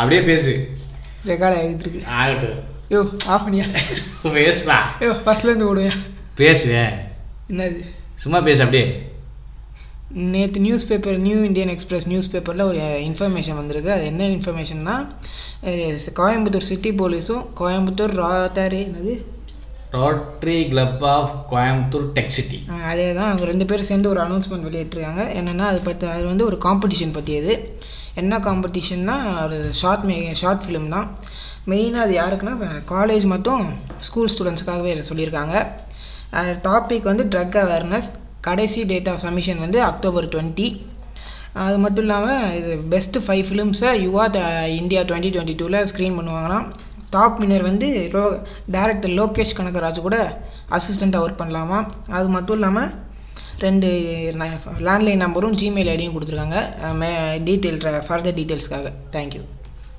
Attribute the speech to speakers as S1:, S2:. S1: அப்படியே பேசு
S2: ரெக்கார்ட் ஆகிட்டு இருக்கு
S1: ஆகட்டும்
S2: யோ ஆஃப் பண்ணியா
S1: பேசுடா
S2: யோ ஃபஸ்ட்லேருந்து ஓடுவேன்
S1: பேசுவேன்
S2: என்னது
S1: சும்மா பேசு அப்படியே
S2: நேற்று news paper New Indian Express news பேப்பரில் ஒரு இன்ஃபர்மேஷன் வந்திருக்கு அது என்ன இன்ஃபர்மேஷன்னா கோயம்புத்தூர் சிட்டி போலீஸும் கோயம்புத்தூர் ராத்தாரி என்னது
S1: Rotary club of Coimbatore tech city
S2: அஹ் அதே தான் அவங்க ரெண்டு பேரும் சேர்ந்து ஒரு அனௌன்ஸ்மெண்ட் வெளியிட்டிருக்காங்க என்னென்னா அது பற்றி அது வந்து ஒரு காம்படிஷன் பற்றியது என்ன காம்படிஷன்னா ஒரு ஷார்ட் மே ஷார்ட் ஃபிலிம் தான் மெயினாக அது யாருக்குன்னா காலேஜ் மட்டும் ஸ்கூல் ஸ்டூடெண்ட்ஸுக்காகவே இதை சொல்லியிருக்காங்க டாபிக் வந்து ட்ரக் அவேர்னஸ் கடைசி டேட் ஆஃப் சப்மிஷன் வந்து அக்டோபர் டுவெண்ட்டி அது மட்டும் இல்லாமல் இது பெஸ்ட்டு ஃபைவ் ஃபிலிம்ஸை Yuva the India twenty twenty டூவில் ஸ்க்ரீன் பண்ணுவாங்களாம் டாப் வின்னர் வந்து ரோ டேரக்டர் லோகேஷ் கனகராஜ் கூட அசிஸ்டண்ட்டாக ஒர்க் பண்ணலாமா அது மட்டும் இல்லாமல் ரெண்டு லேண்ட்லைன் நம்பரும் ஜிமெயில் ஐடியும் கொடுத்துருக்காங்க மே டீட்டெயில் ஃபர்தர் டீட்டெயில்ஸ்க்காக தேங்க்யூ